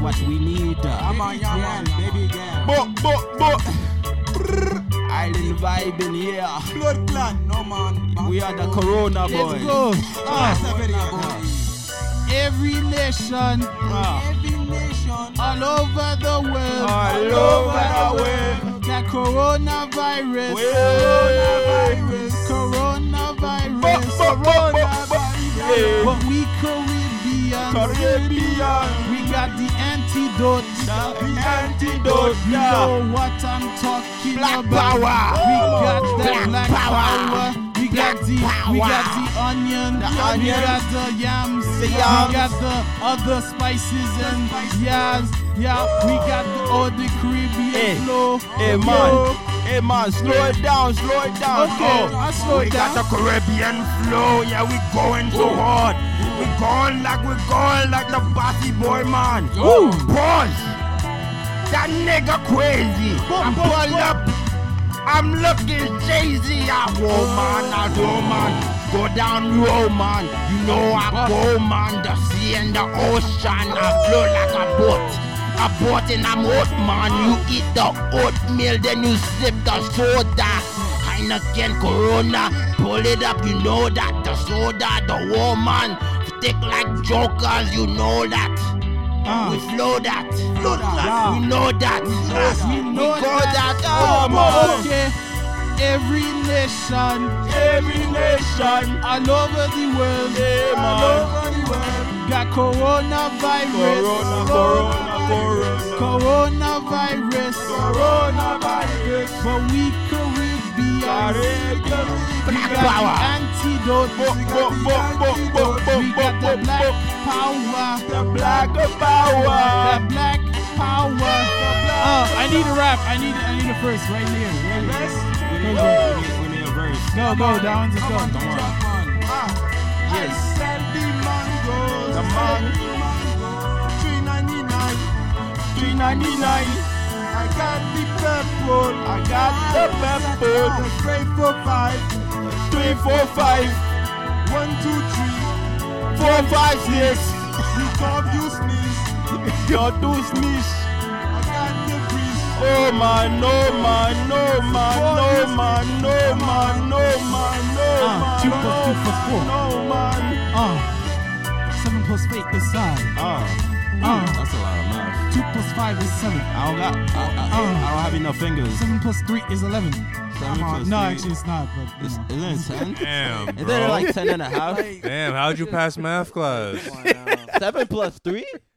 what we need. I'm on your man, baby girl. Bo, bo, bo. Island vibing here. Blood clan, no man. We are the Corona Let's boys. go. That's Ah, a very boy. every nation Ah, Every nation. all over the world. all over the world. The coronavirus. Coronavirus. Coronavirus. Bo, bo, bo, bo, bo. Hey, But we Caribbean. Caribbean. We got the antidote. The antidote. You Yeah. know what I'm talking Black about. power. We got that Black black power. power. We got the we power. got the onion. The We onion. got the yams. The We yams. got the other spices and yams. Yeah, we got the old the Caribbean Hey. flow. Hey Yo. man, hey man, slow it down, slow it down. Okay, I slow Oh, we it down. got the Caribbean flow, yeah, we going so hard. We going like we going like the bossy boy man. Woo. Boss, that nigga crazy. Boom, I'm boom, pulled boom. up, I'm looking crazy. I woman, I woman, go down low man. You know I go man, the sea and the ocean, I flow like a boat. I bought in a moat, man. You eat the oatmeal, then you sip the soda. Heineken, Corona, pull it up. You know that the soda, the woman, thick like jokers. You know that. Ah. We flow that. Flow that. We know that. We know we go that. Oh, Oh, man. okay. Every nation, Every nation. all over the world, Hey, man. got coronavirus. Corona, corona, corona. Coronavirus. Coronavirus. But we Caribbean. We Black got the power. antidote. Bo- bo- bo- bo- bo- bo- we got bo- the bo- black bo- power. The black power. The black power. Uh, I need a rap. I need I need a verse right here. Right here. Yes. Go, go. Go, go. That one's a Come go. on, Come on. Jack, man. Ah, I Yes. sell the mangoes, The sell man- the mangoes, 3.99. 399. I got the purple. I got the purple. The three, four, five. 345. One, two, three. 456. Because you sneeze, Your two sneeze. I got the breeze. Oh man, no man, no man, no man, no man, no man, no Ah, man. two plus two plus four. No man. Uh, 7 plus 8 is 9. Ah, Uh, that's a lot of math. 2 plus 5 is 7. I don't got. I, I, Ah. I don't have enough fingers. 7 plus 3 is 11. Seven plus No, three. actually, it's not, but. You It's- know. Isn't it ten? Damn, Is that bro. like ten and a half? Damn, how'd you pass math class? Seven plus three?